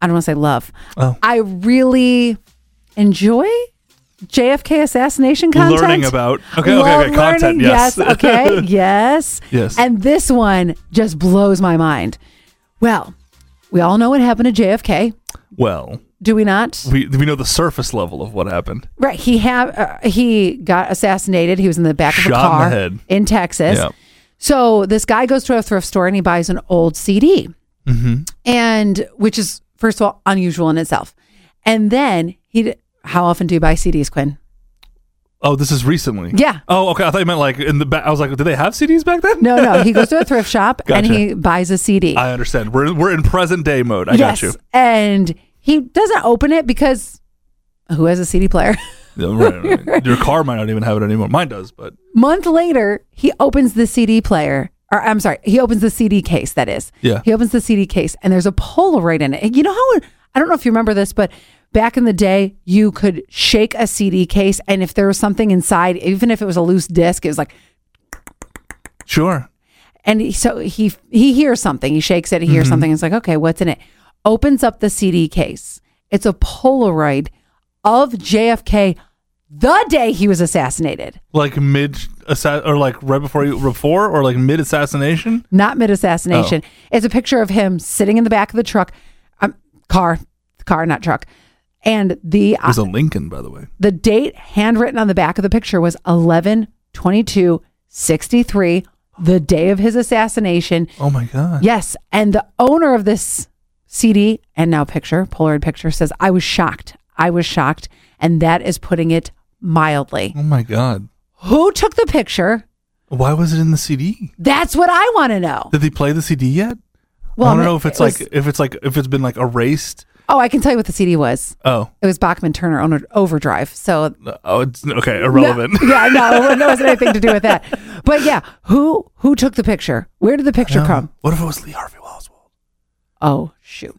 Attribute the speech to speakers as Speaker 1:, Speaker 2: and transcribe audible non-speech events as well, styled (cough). Speaker 1: I don't want to say love.
Speaker 2: Oh.
Speaker 1: I really enjoy JFK assassination content.
Speaker 2: Learning about- okay, okay,
Speaker 1: Love
Speaker 2: okay, content,
Speaker 1: learning,
Speaker 2: yes.
Speaker 1: okay. Yes.
Speaker 2: Yes.
Speaker 1: And this one just blows my mind. Well, we all know what happened to JFK,
Speaker 2: (laughs) Well,
Speaker 1: do we not?
Speaker 2: we we know the surface level of what happened.
Speaker 1: Right. He have uh, he got assassinated. He was in the back of a
Speaker 2: Shot in the
Speaker 1: car
Speaker 2: head.
Speaker 1: in Texas.
Speaker 2: Yeah.
Speaker 1: So this guy goes to a thrift store and he buys an old CD,
Speaker 2: Mm-hmm.
Speaker 1: and which is first of all unusual in itself. And then he, d- how often do you buy CDs, Quinn?
Speaker 2: Oh, this is recently.
Speaker 1: Yeah.
Speaker 2: Oh, okay. I thought you meant like in the back. I was like, did they have CDs back then?
Speaker 1: No, no. He goes to a thrift
Speaker 2: (laughs)
Speaker 1: shop and
Speaker 2: Gotcha.
Speaker 1: he buys a CD.
Speaker 2: I understand. We're we're in present day mode. I
Speaker 1: yes,
Speaker 2: got you.
Speaker 1: and he doesn't open it because who has a CD player? (laughs)
Speaker 2: Yeah, right, right. Your car might not even have it anymore. Mine does, but
Speaker 1: Month later, he opens the CD player. Or I'm sorry, he opens the CD case. That is,
Speaker 2: Yeah.
Speaker 1: He opens the CD case, and there's a Polaroid in it. You know how I don't know if you remember this, but back in the day, you could shake a CD case, and if there was something inside, even if it was a loose disc, it was like.
Speaker 2: sure.
Speaker 1: And he- so he he hears something. He shakes it. He hears something. It's like, okay, what's in it? Opens up the CD case. It's a Polaroid of JFK the day he was assassinated.
Speaker 2: Like mid assa- or like right before you before or like mid assassination.
Speaker 1: not mid assassination.
Speaker 2: Oh.
Speaker 1: It's a picture of him sitting in the back of the truck, um, car, car, not truck. And the uh,
Speaker 2: It was a Lincoln, by the way.
Speaker 1: the date handwritten on the back of the picture was 11 22 63, the day of his assassination.
Speaker 2: Oh my god.
Speaker 1: Yes. And the owner of this CD and now picture, Polaroid picture, says, I was shocked. I was shocked. And that is putting it mildly.
Speaker 2: Oh my god.
Speaker 1: Who took the picture?
Speaker 2: Why was it in the CD?
Speaker 1: That's what I want to know.
Speaker 2: Did they play the CD yet? I want to know if it's
Speaker 1: it was-
Speaker 2: like if it's like if it's been like erased.
Speaker 1: oh, I can tell you what the CD was.
Speaker 2: Oh,
Speaker 1: It was Bachman Turner on Overdrive. So
Speaker 2: oh, it's okay. Irrelevant.
Speaker 1: No, (laughs) yeah, no, it wasn't anything to do with that. But yeah,
Speaker 2: (laughs)
Speaker 1: who who took the picture? Where did the picture
Speaker 2: No.
Speaker 1: come?
Speaker 2: What if it was Lee Harvey Oswald?
Speaker 1: Oh shoot.